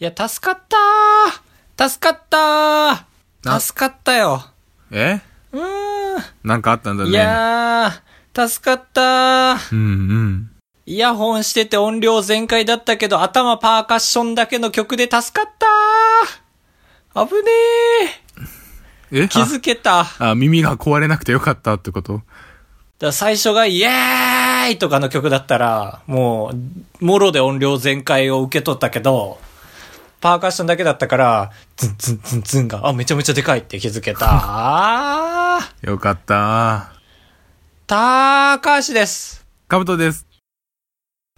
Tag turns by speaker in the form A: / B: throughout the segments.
A: いや、助かったー助かったー
B: な
A: 助かったよ。
B: え
A: うーん。
B: なんかあったんだね。
A: いやー、助かったー。
B: うんうん。
A: イヤホンしてて音量全開だったけど、頭パーカッションだけの曲で助かったー。危ね
B: え
A: ー。気づけた。だか
B: ああ、耳が壊れなくてよかったってこと
A: ら最初がイエーイとかの曲だったら、もう、もろで音量全開を受け取ったけど、パーカッションだけだったから、ズンズンズンズンが、あ、めちゃめちゃでかいって気づけた。あ ー。
B: よかった。
A: たーかーしです。
B: かぶとです。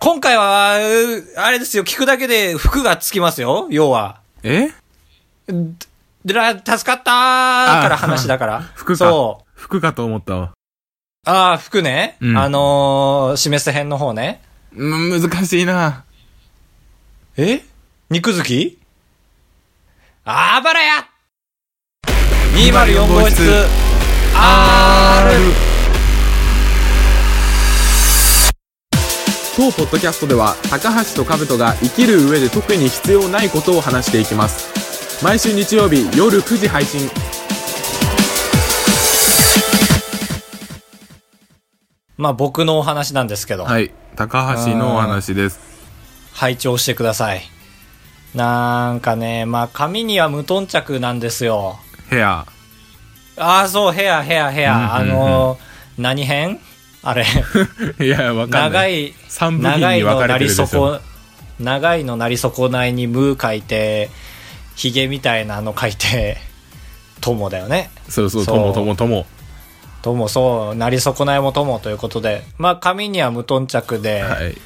A: 今回は、うあれですよ、聞くだけで服がつきますよ、要は。
B: え
A: でら、助かったーから話だから。
B: 服か。
A: そう。
B: 服かと思ったわ。
A: ああ、服ね。
B: うん
A: あのー、示す編の方ね。
B: うん、難しいな。
A: え肉付きあばらや !204 号室、R!
B: 当ポッドキャストでは、高橋とかぶとが生きる上で特に必要ないことを話していきます。毎週日曜日夜9時配信。
A: まあ僕のお話なんですけど、
B: はい。高橋のお話です。
A: 拝聴してください。なんかね、まあ髪には無頓着なんですよ。
B: ヘア。
A: ああ、そう、ヘア、ヘア、ヘア。あ
B: うんうんうん
A: のー、何編あれ、
B: いや、わかんな
A: 長
B: い。
A: い、
B: 三部
A: 長
B: 品
A: い
B: に分
A: のな
B: かれ
A: り
B: てるでしょ。
A: 損長いのなり損ないにムー書いてヒゲみたいなの書いて友だよね
B: そうそう、
A: そ
B: と
A: う
B: もともとも。
A: 友そうなり損ないも友ということでまあ髪には無頓着で、
B: はい。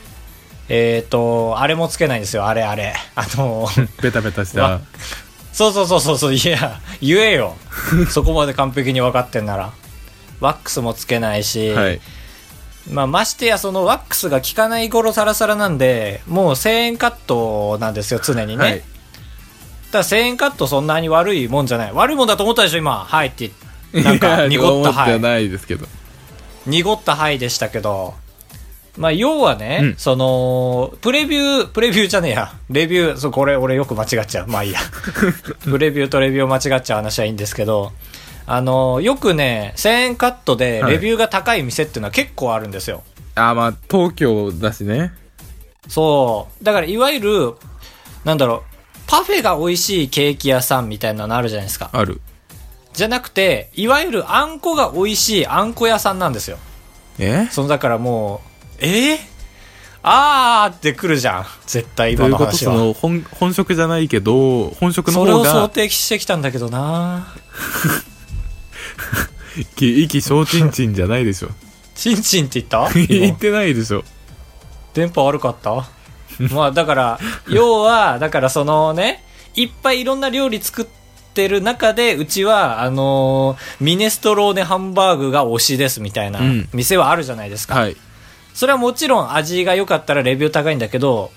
A: えっ、とあれもつけないんですよあれあれあの
B: ベタベタし
A: わ
B: た。
A: そうそうそうそうそういや言え よそこまで完璧に分かってんならワックスもつけないし、
B: はい。
A: まあ、ましてやそのワックスが効かない頃サラサラなんでもう1000円カットなんですよ常にね、
B: はい。
A: ただ1000円カットそんなに悪いもんじゃない悪いもんだと思ったでしょ今はいってなんか
B: いや
A: 濁った
B: 思って
A: は
B: はいないですけど。
A: 濁ったはいでしたけどまあ要はね、
B: うん
A: そのプレビュープレビューじゃねえやレビューそうこれ俺よく間違っちゃうまあ いいやプレビューとレビューを間違っちゃう話はいいんですけどあのよくね1000円カットでレビューが高い店っていうのは結構あるんですよ、
B: あ、まあ、東京だしね。
A: そう。だから、いわゆる、なんだろう、パフェが美味しいケーキ屋さんみたいなのあるじゃないですか。
B: ある。
A: じゃなくて、いわゆるあんこが美味しいあんこ屋さんなんですよ。
B: え
A: その、だからもう、えー、あーって来るじゃん。絶対
B: と
A: 今
B: いう
A: の
B: こと
A: 話
B: そ
A: は。
B: の本本職じゃないけど本職の
A: それ
B: 方
A: を想
B: が
A: 定してきたんだけどな
B: き意気小ちんちんじゃないでしょ
A: チンチンって言った
B: 言
A: 今
B: って ないでしょ
A: 電波悪かった まあだ から要はだからそのねいっぱいいろんな料理作ってる中でうちはあのーミネストローネハンバーグが推しですみたいな
B: うん
A: 店はあるじゃないですか、
B: はい
A: それはもちろん味が良かったらレビュー高いんだけど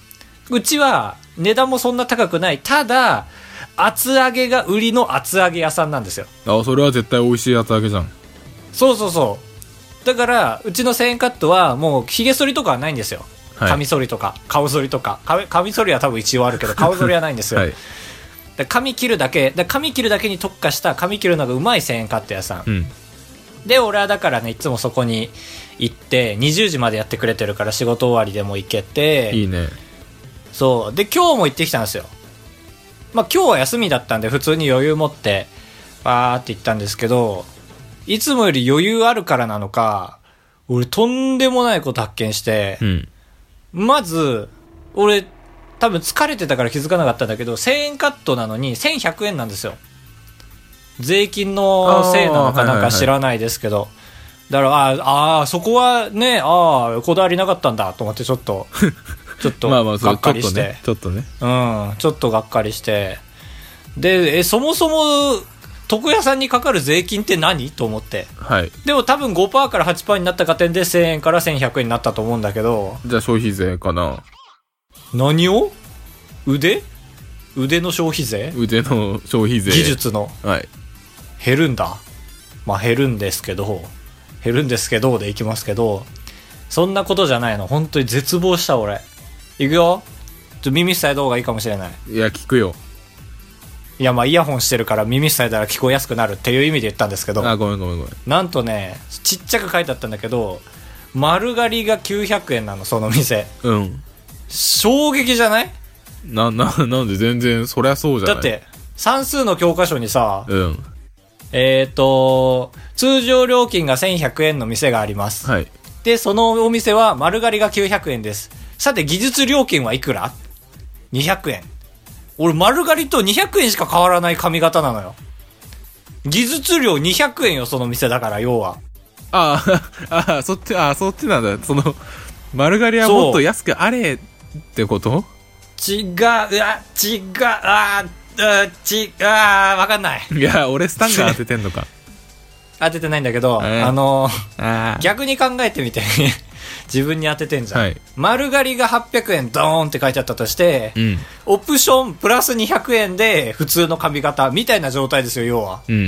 A: うちは値段もそんな高くないただ厚揚げが売りの厚揚げ屋さんなんですよ
B: あそれは絶対美味しいやつだけじゃん
A: そうそうそうだからうちの1000円カットはもうひげ剃りとかはないんですよ
B: はい
A: カミソリとか顔剃りとかか髪剃りは多分一応ある けど顔剃りはないんですよ、
B: はい
A: だから髪切るだけだから髪切るだけに特化した髪切るのがうまい1000円カット屋さん、
B: うん
A: で俺はだからねいつもそこに行って20時までやってくれてるから仕事終わりでも行けて
B: いいね
A: そうで今日も行ってきたんですよまあ今日は休みだったんで普通に余裕持ってバーって行ったんですけどいつもより余裕あるからなのか俺とんでもないこと発見して
B: う、ん
A: まず、俺、多分疲れてたから気づかなかったんだけど、1000円カットなのに1100円なんですよ。税金のせいなの
B: あ
A: か
B: ー
A: なん
B: はいはいは
A: か
B: い
A: 知らないですけど。だから、あーあー、そこはね、ああ、こだわりなかったんだと思ってちょっ と、ちょっと、
B: まあまあそ
A: が
B: う
A: っ
B: ちょ
A: か
B: っ
A: り
B: と
A: して。
B: ねちょっとね
A: うん、ちょっとがっかりして。で、え、そもそも、床屋さんにかかる税金って何と思って。
B: はい
A: でも多分5%から8%になった加点で1000円から1100円になったと思うんだけど、
B: じゃあ消費税かな
A: 何を腕腕の消費税
B: 腕の消費税
A: 技術の
B: はい
A: 減るんだまあ減るんですけど減るんですけどでいきますけどそんなことじゃないの本当に絶望した俺いくよちょ耳塞いだ方がいいかもしれない。
B: いや、聞くよ。
A: いや、まあ、イヤホンしてるから耳塞いだら聞こえやすくなるっていう意味で言ったんですけど、
B: あ、ごめんごめんごめん。
A: なんとね、ちっちゃく書いてあったんだけど、丸刈りが900円なの、その店。
B: うん。
A: 衝撃じゃない
B: な、 な、なんで全然、そりゃそうじゃない。
A: だっ。て、算数の教科書にさ、
B: うん。
A: えっ、と、通常料金が1100円の店があります。
B: はい。
A: で、そのお店は丸刈りが900円です。さて、技術料金はいくら ?200 円。俺、丸刈りと200円しか変わらない髪型なのよ。技術料200円よ、その店だから、要は。
B: あ あ、あそっち、あそっちなんだ。その、丸刈りはもっと安くあれってこと
A: 違う、あ、違う、あ、あち、あ、わかんない。
B: いや、俺スタンガー当ててん のか。
A: 当ててないんだけど、
B: えー
A: あの、
B: あー
A: 逆に考えてみ て、自分に当ててんじゃん。
B: はい
A: 丸刈りが800円ドーンって書いてあったとして、
B: うん。
A: オプションプラス200円で普通の髪型みたいな状態ですよ、要は。
B: うんう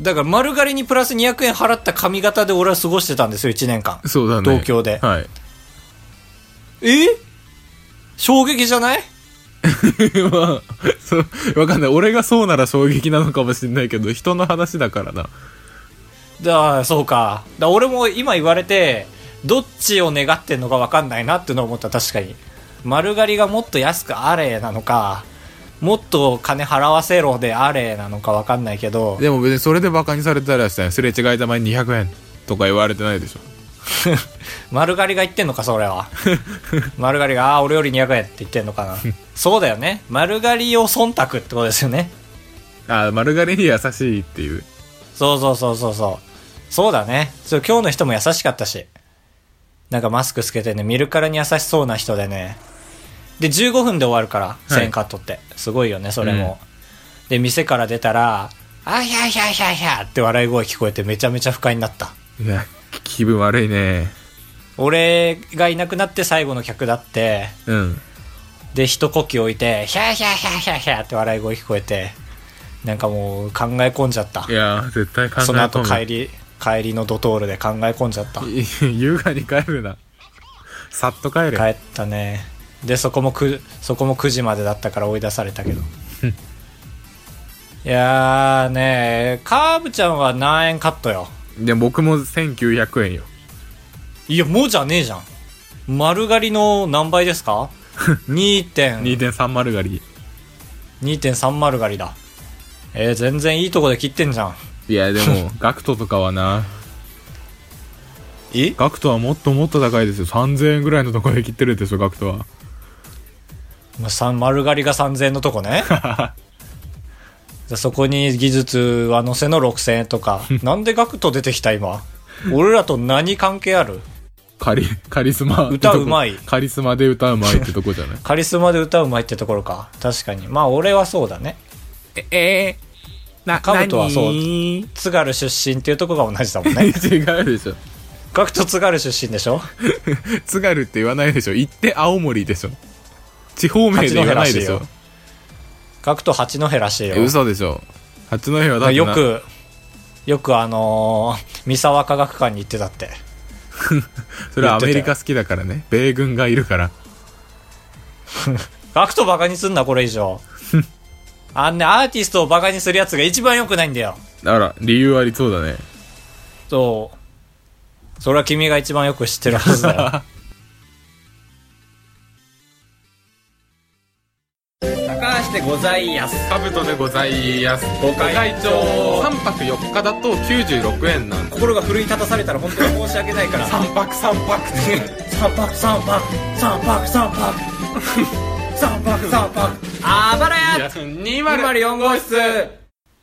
B: ん。
A: だから丸刈りにプラス200円払った髪型で俺は過ごしてたんですよ、1年間。
B: そうだね。
A: 東京で
B: はい。
A: え衝撃じゃない
B: まあ、そう、わかんない。俺がそうなら衝撃なのかもしれないけど、人の話だからな。
A: だそうか。だ俺も今言われて、どっちを願ってんのか分かんないなっていうのを思った、確かに。丸刈りがもっと安くあれなのか、もっと金払わせろであれなのか分かんないけど、
B: でも別にそれでバカにされたりはしたんやすれ違いたまに200円とか言われてないでしょ。
A: 丸刈りが言ってんのか、それは。丸刈りが、ああ、俺より200円って言ってんのかな。そうだよね。丸刈りを忖度ってことですよね。
B: あー丸刈りに優しいっていう。
A: そうそうそうそうそう。そうだね。そう今日の人も優しかったし。なんかマスクつけてね、見るからに優しそうな人でね。で、15分で終わるから、
B: い
A: 1000カットって。すごいよね、それも。で、店から出たら、あひゃひゃひゃひゃって笑い声聞こえてめちゃめちゃ不快になった。
B: いや、気分悪いね。
A: 俺がいなくなって最後の客だって、
B: うん。
A: で、一呼吸置いて、ひゃひゃひゃひゃひゃって笑い声聞こえて、なんかもう考え込んじゃった
B: い。やー、絶対考え込む。
A: その後帰り、帰りのドトールで考え込んじゃった。
B: い 優雅に帰るなさっと帰れ
A: 帰ったねでそこもくそこも9時までだったから追い出されたけどいやーねカーブちゃんは何円カットよ
B: で僕も1900円よ
A: いやもうじゃねえじゃん丸刈りの何倍です か2.2.3
B: 2.3丸刈り
A: 丸刈りだえー、全然いいとこで切ってんじゃん
B: いや でもガクトとかはな
A: え
B: ガクトはもっともっと高いですよ3000円ぐらいのところで切ってるでしょガクトは
A: まあさん丸刈りが3000円のとこ ねでそこに技術は乗せの6000円と かなんでガクト出てきた今俺らと何関係ある
B: カリカリス マ
A: 歌うまい
B: って とこカリスマで歌うまい ってとこじゃない
A: カリスマで歌うまいってところか。確かに。まあ、俺はそうだね。
B: ええな
A: カブトはそう
B: 違 う
A: 津軽出身っていうとこが同じだもん ね。
B: でしょ
A: ガクト津軽出身でしょ
B: 津軽って言わないでしょ行って青森でしょ地方名で言わないでし
A: 八戸
B: ょ
A: らしガクト八戸らしいよ
B: え。嘘でしょ八戸はだってな
A: よく、よくあのー三沢科学館に行ってたって。
B: それはアメリカ好きだからね米軍がいるから
A: ガクトバカにすんな、これ以 上。あんね、アーティストをバカにするやつが一番良くないんだよ。
B: あら理由ありそうだね
A: そう。それは君が一番よく知ってるはずだよ。高橋でございやす。
B: カブトでございますご
A: 会長
B: 3泊4日だと96円なんで
A: 心が奮い立たされたら本当に申し訳ないから三泊三泊三泊三泊三泊三泊三泊三泊あばらや
B: 204号室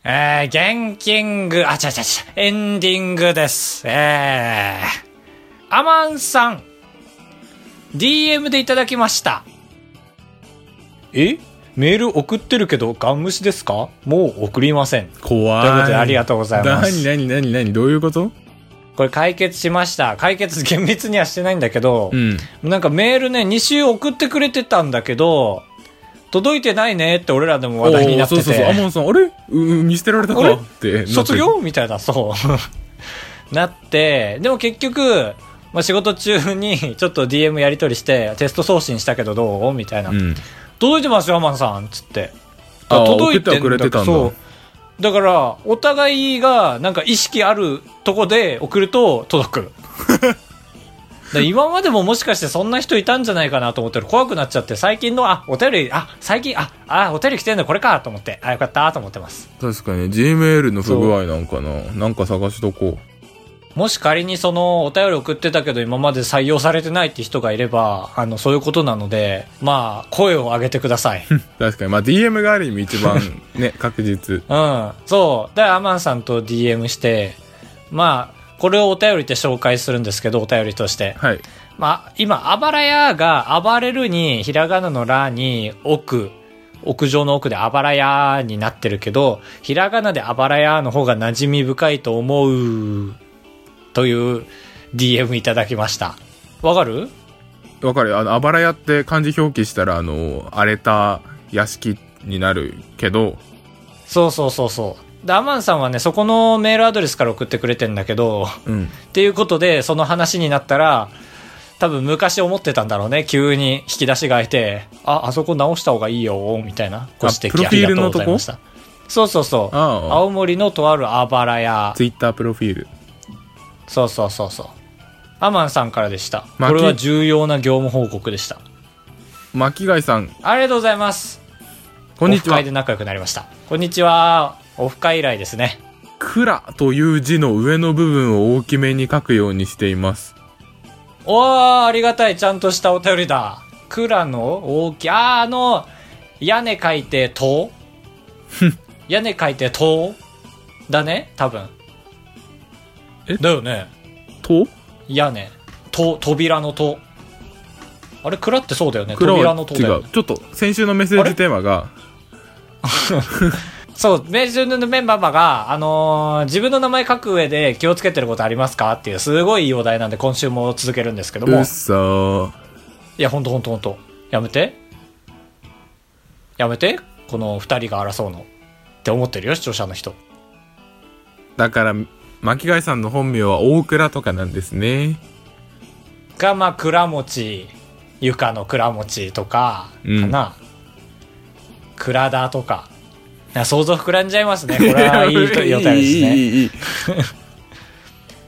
A: えー、現金グ、あ、ちゃちゃちゃ、エンディングです。えー、アマンさん、DM でいただきました。えメール送ってるけど、ガン無視ですかもう送りません。
B: 怖い
A: ということでありがとうございます
B: 何何何何どういうこと
A: これ解決しました。解決厳密にはしてないんだけど、
B: うん
A: なんかメールね、2週送ってくれてたんだけど、届いてないねって俺らでも話題になって
B: おーそうそうそうア
A: て、
B: モンさんあれうん見捨てられた
A: あ
B: か
A: れ
B: ってなって
A: 卒業みたいな、そう。なって、でも結局、まあ、仕事中にちょっと DM やり取りして、テスト送信したけどどうみたいな、
B: うん。
A: 届いてますよ、アマンさんつって。
B: あ
A: 届いてんだけど
B: 送ってはくれてたんだ
A: そう。だから、お互いが、なんか意識あるとこで送ると届 く。で今までももしかしてそんな人いたんじゃないかなと思ってる怖くなっちゃって、最近の、あ、お便り、あ、最近、あ、あ、お便り来てんだ、これかと思って、あ、よかったと思ってます。
B: 確かに、Gmail の不具合なんかな。なんか探しとこ
A: もし仮にそのお便り送ってたけど今まで採用されてないって人がいれば、あの、そういうことなので、まあ、声を上げてください。
B: う。確かに、まあ、DM がある意味一番 ね、確実。
A: うん。そう。で、アマンさんと DM して、まあ、これをお便りで紹介するんですけど、お便りとして。
B: はい。
A: まあ、今、あばらやが、暴れるに、ひらがなのらに、奥、屋上の奥であばらやになってるけど、ひらがなであばらやの方が馴染み深いと思う、という DM いただきました。わかる
B: わかるよあの、あばら屋って漢字表記したら、あの、荒れた屋敷になるけど、
A: そうそうそうそう。で、アマンさんはね、そこのメールアドレスから送ってくれてんだけど、
B: うん。
A: っていうことで、その話になったら、多分昔思ってたんだろうね。急に引き出しが開いて、あ、あそこ直した方がいいよ、みたいなご指摘
B: プロフィールの
A: ありがう
B: とこ
A: ございましたそうそうそう。
B: ああ
A: 青森のとあるあばら屋。
B: ツイッタープロフィール。
A: そうそうそうそう。アマンさんからでした。こ
B: 巻き
A: れは重要な業務報告でした。
B: 巻貝さん、
A: ありがとうございます。
B: こんに
A: オ
B: ち
A: フ
B: は
A: 会で。仲良くなりました。こんにちは。オフ会以来ですね。
B: くらという字の上の部分を大きめに書くようにしています。
A: おー、ありがたい、ちゃんとしたお便りだ。蔵の大きい、あー、あの、屋根書いて、塔屋根書いて、塔だね多分。
B: え
A: だよね。
B: と
A: 屋根。塔、扉の塔。あれ、蔵ってそうだよね。
B: くら
A: 扉
B: は
A: の塔
B: 違
A: だよ
B: う
A: ね。。
B: ちょっと、先週のメッセージテーマが、
A: そう、メールのメンバーが、あのー自分の名前書く上で気をつけてることありますかっていう、すごいいいお題なんで、今週も続けるんですけど
B: う
A: も
B: っ。そー。
A: いや、ほんとほんとほんと。やめて。やめて。この二人が争うの。って思ってるよ、視聴者の人。
B: だから、巻貝さんの本名は大倉とかなんですね。
A: が、まあ、倉持、床の倉持とか、
B: うん
A: かな。倉田とか。いや想像膨らんじゃいますね。これはいいお便りですね。
B: いいいいいい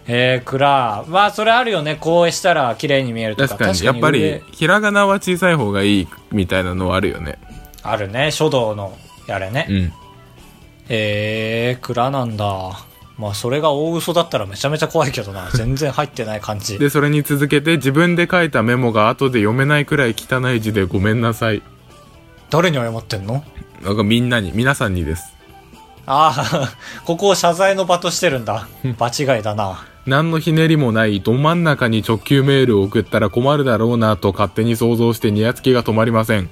A: えー、倉。まあ、それあるよね。こうしたら綺麗に見えるとか。
B: 確かに、やっぱ
A: 上
B: り、ひらがなは小さい方がいいみたいなのはあるよね。
A: あるね。書道の、あれね。
B: うん。
A: えー、蔵なんだ。まあ、それが大嘘だったらめちゃめちゃ怖いけど な。全然入ってない感じ。
B: で、それに続けて、自分で書いたメモが後で読めないくらい汚い字でごめんなさい。
A: 誰に謝ってんの
B: なんかみんなに、皆さんにです。
A: ああ、 ここを謝罪の場としてるんだ。場違いだな。
B: 何のひねりもないど真ん中に直球メールを送ったら困るだろうなと勝手に想像してニヤつきが止まりません。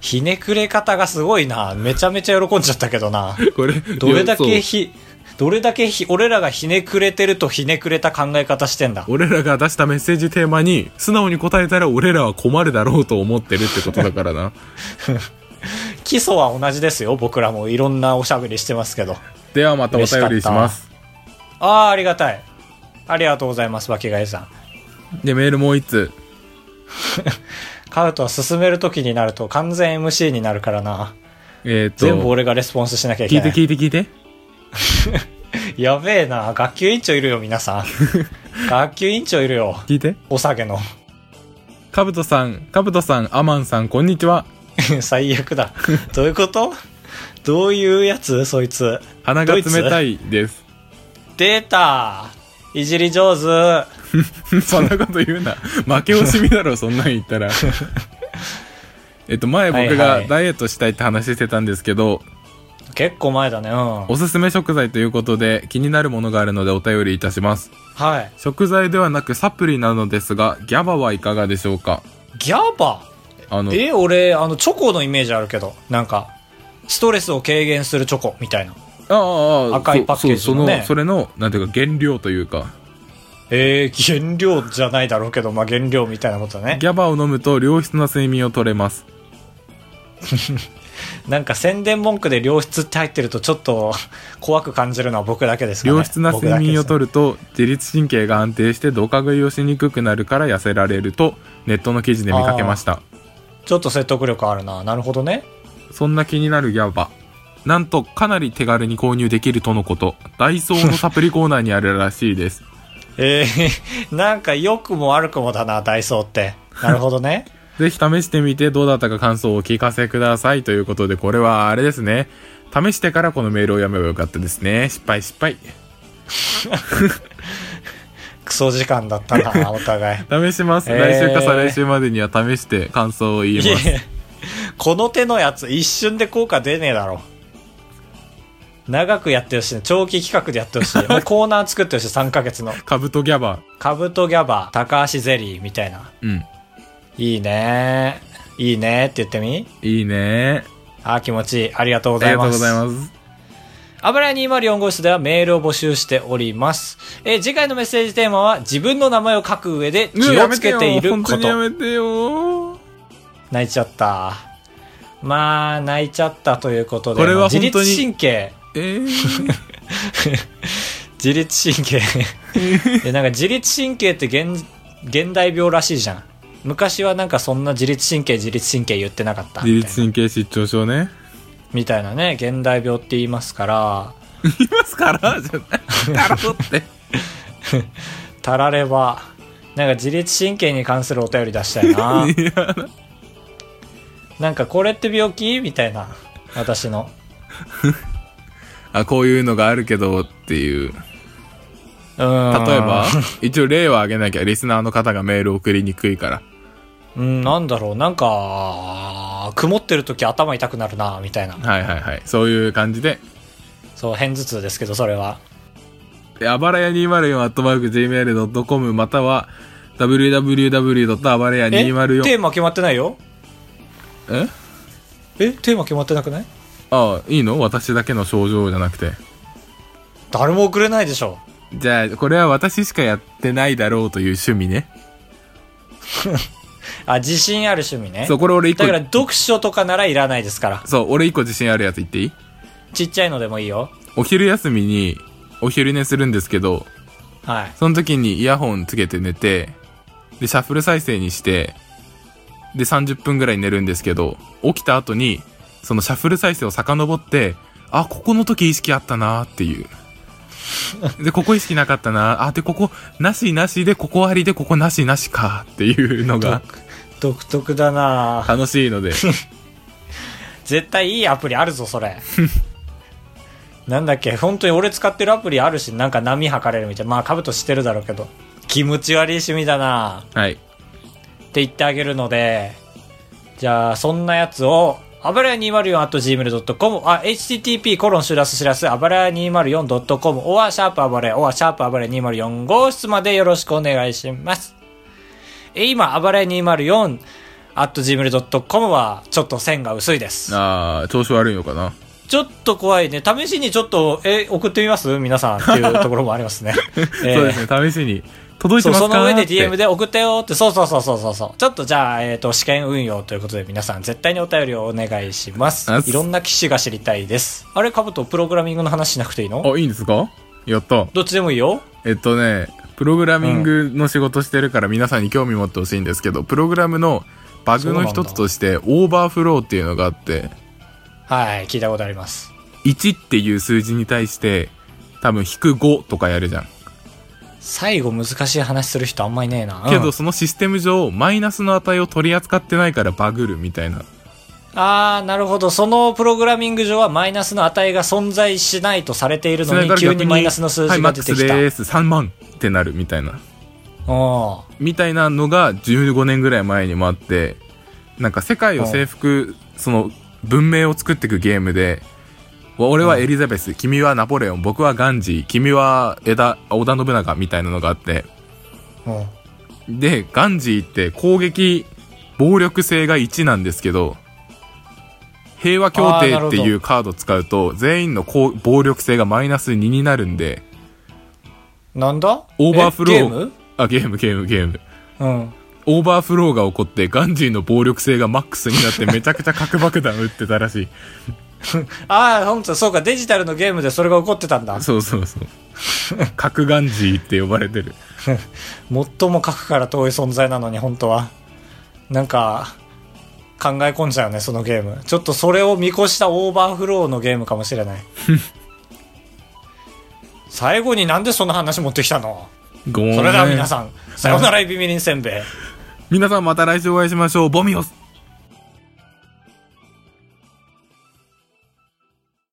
A: ひねくれ方がすごいな。めちゃめちゃ喜んじゃったけどな。
B: これ、
A: どれだ
B: い
A: け
B: やそう
A: ひ、どれだけひ、俺らがひねくれてるとひねくれた考え方してんだ。
B: 俺らが出したメッセージテーマに素直に答えたら俺らは困るだろうと思ってるってことだからな。
A: 基礎は同じですよ。僕らもいろんなおしゃべりしてますけど。
B: ではまたお便りします。
A: ああ、ありがたい。ありがとうございます、脇貝さん。
B: で、メールもう一通。
A: カウトは進める時になると完全 MC になるからな。
B: えっ、と、
A: 全部俺がレスポンスしなきゃい
B: 聞
A: け
B: い
A: な
B: て
A: い。
B: 聞いて聞いて。
A: やべえな。学級委員長いるよ、皆 さん。学級委員長いるよ。
B: 聞いて。
A: お下げの。
B: かぶとさん、かぶとさん、アマンさん、こんにちは。
A: 最悪だ。どういうことどういうやつそいつ。
B: 鼻が冷たいです。
A: 出たいじり上手
B: そんなこと言うな。負け惜しみだろ、そんなん 言ったら。えっと、前僕
A: はいは
B: が
A: い
B: ダイエットしたいって話してたんですけど、
A: 結構前だね。うん。
B: おすすめ食材ということで気になるものがあるのでお便りいたします。
A: はい。
B: 食材ではなくサプリなのですが、ギャバはいかがでしょうか
A: ギャバ
B: あの、
A: え、俺、あの、チョコのイメージあるけど。なんか、ストレスを軽減するチョコみたいな。
B: ああああ
A: 赤いパッケージ
B: そう
A: のね
B: その、それの、なんていうか原料というか、
A: えー、原料じゃないだろうけど、まあ、原料みたいなことだね
B: ギ。ャバを飲むと良質な睡眠を取れます。
A: なんか宣伝文句で良質って入ってるとちょっと 怖く感じるのは僕だけですかね。
B: 良質な睡眠をとると自律神経が安定してドカ食いをしにくくなるから痩せられるとネットの記事で見かけました
A: る。ちょっと説得力あるな。なるほどね。
B: そんな気になるギャバなんとかなり手軽に購入できるとのことダイソーのサプリコーナーにあるらしいです
A: えー、 なんか良くも悪くもだな、ダイソーって。なるほど ね。
B: ぜひ試してみてどうだったか感想をお聞かせくださいということでこれはあれですね試してからこのメールを読めばよかったですね失敗失敗
A: クソ時間だったな、お互い。
B: 試します、
A: えー
B: 来週か再来週までには試して感想を言いま
A: い
B: す
A: え、この手のやつ一瞬で効果出ねえだろ。長くやってほしいね。長期企画でやってほ しい。もうコーナー作ってほしい、3ヶ月の。
B: カブトギャバ
A: カブトギャバ、高橋ゼリーみたいな。
B: うん
A: いいねいいねって言ってみ
B: いいね
A: あー気持ちいい。ありがとうご
B: あ
A: ざ
B: り
A: い
B: がと
A: ま
B: うご
A: す。
B: ざいます
A: あばらや204号室ではメールを募集しております。えー次回のメッセージテーマは自分の名前を書く上で気をつけているこ
B: 本当にや
A: と。
B: めてよ
A: 泣いちゃった。まあ、泣いちゃったということで、
B: これは
A: 自
B: 本当に
A: 律神経、
B: え ー、
A: 自律 神経でなんか自律神経って現現代病らしいじゃん昔はなんかそんな自律神経自律神経言ってなかった
B: 自律神経失調症ね
A: みたいなね現代病って言いますから
B: 言いますからじゃないだろうって
A: たらればなんか自律神経に関するお便り出したい ななんかこれって病気みたいな私の
B: あこういうのがあるけどっていう
A: うーん
B: 例えば一応例を挙げなきゃリスナーの方がメール送りにくいから
A: うんなんだろうなんか曇ってる時頭痛くなるなみたいな
B: はいはいはいそういう感じで
A: そう片頭痛ですけどそれは
B: あばらや 204-gmail.com または www. あばらや
A: えテ
B: 204
A: ーマ決まってないよ
B: え
A: えテーマ決まってなくない
B: ああいいの私だけの症状じゃなくて
A: 誰も送れないでしょ
B: じゃあこれは私しかやってないだろうという趣味ね
A: あ自信ある趣味ね
B: そうこれ俺一個
A: だから読書とかならいらないですから
B: そう俺一個自信あるやつ言っていい
A: ちっちゃいのでもいいよ
B: お昼休みにお昼寝するんですけど
A: はい
B: その時にイヤホンつけて寝て、で、シャッフル再生にして、で、30分ぐらい寝るんですけど、起きた後に、そのシャッフル再生を遡って、あ、ここの時意識あったなーって いう。で、ここ意識なかったなーあ、で、ここ、なしなしで、ここありで、ここなしなしかーっていうのが
A: 独独特だなぁ
B: 楽しいので、
A: 絶対いいアプリあるぞそれ なんだっけ本当に俺使ってるアプリあるしなんか波測れるみたいなまあ兜してるだろうけど気持ち悪い趣味だなぁ
B: はい。
A: って言ってあげるので、じゃあ、そんなやつを、あばらや 204.gmail.com、あ、http コロンシュラスシュラス、あばらや 204.com、おはシャープあばらや、おはシャープあばらや204号室までよろしくお願いします。え、今、あばらや 204.gmail.com は、ちょっと線が薄いです。
B: あー、調子悪いのかな。
A: ちょっと怖いね。試しにちょっと、え、送ってみます皆さんっていうところもあり ますね。えー
B: そうですね、試しに。届いて
A: そう
B: ますか
A: その上で
B: ーって
A: DM で送ったよって、そうそうそうそうそうそう。ちょっとじゃあ、えっ、と、試験運用ということで皆さん絶対にお便りをお願いします
B: あっ。
A: いろんな機種が知りたいです。あれ、かぶとプログラミングの話しなくていいの
B: あ、いいんですかやった。
A: どっちでもいいよ。
B: えっとね、プログラミングの仕事してるから皆さんに興味持ってほしいんですけど、プログラムのバグの一つとして、オーバーフローっていうのがあって、
A: はい、聞いたことあります。
B: 1っていう数字に対して、多分引く5とかやるじゃん。
A: 最後難しい話する人あんまいねえな。うん
B: けど、そのシステム上、マイナスの値を取り扱ってないからバグるみたいな。
A: あー、なるほど。そのプログラミング上はマイナスの値が存在しないとされているの
B: れ
A: に、急にマイナスの数
B: はい、
A: 字
B: マ
A: が出
B: ック
A: て
B: ス
A: きた。
B: でーす、3万ってなるみたいな。
A: おー
B: みたいなのが15年ぐらい前にもあって、なんか世界を征服、その文明を作っていくゲームで、わ俺はエリザベス、君はナポレオン、僕はガンジー、君は枝、織田信長みたいなのがあって、
A: うん。
B: で、ガンジーって攻撃、暴力性が1なんですけど、平和協
A: あーなる
B: 定
A: ほど
B: っていうカード使うと、全員のこう暴力性がマイナス2になるんで、
A: なんだ
B: オーバーフロー
A: えゲーム
B: あ、ゲーム、ゲーム、ゲーム。
A: うん。
B: オーバーフローが起こってガンジーの暴力性がマックスになってめちゃくちゃ核爆弾撃ってたらしい
A: ああ、本当そうか、デジタルのゲームでそれが起こってたんだ。
B: そうそうそう核ガンジーって呼ばれてる
A: 最も核から遠い存在なのに、本当は。なんか、考え込んじゃうね、そのゲーム。ちょっとそれを見越したオーバーフローのゲームかもしれ ない。最後になんでその話持ってきたの
B: ごめん
A: それでは皆さん、さようなら指みりんせんべい。
B: 皆さんまた来週お会いしましょうボミオス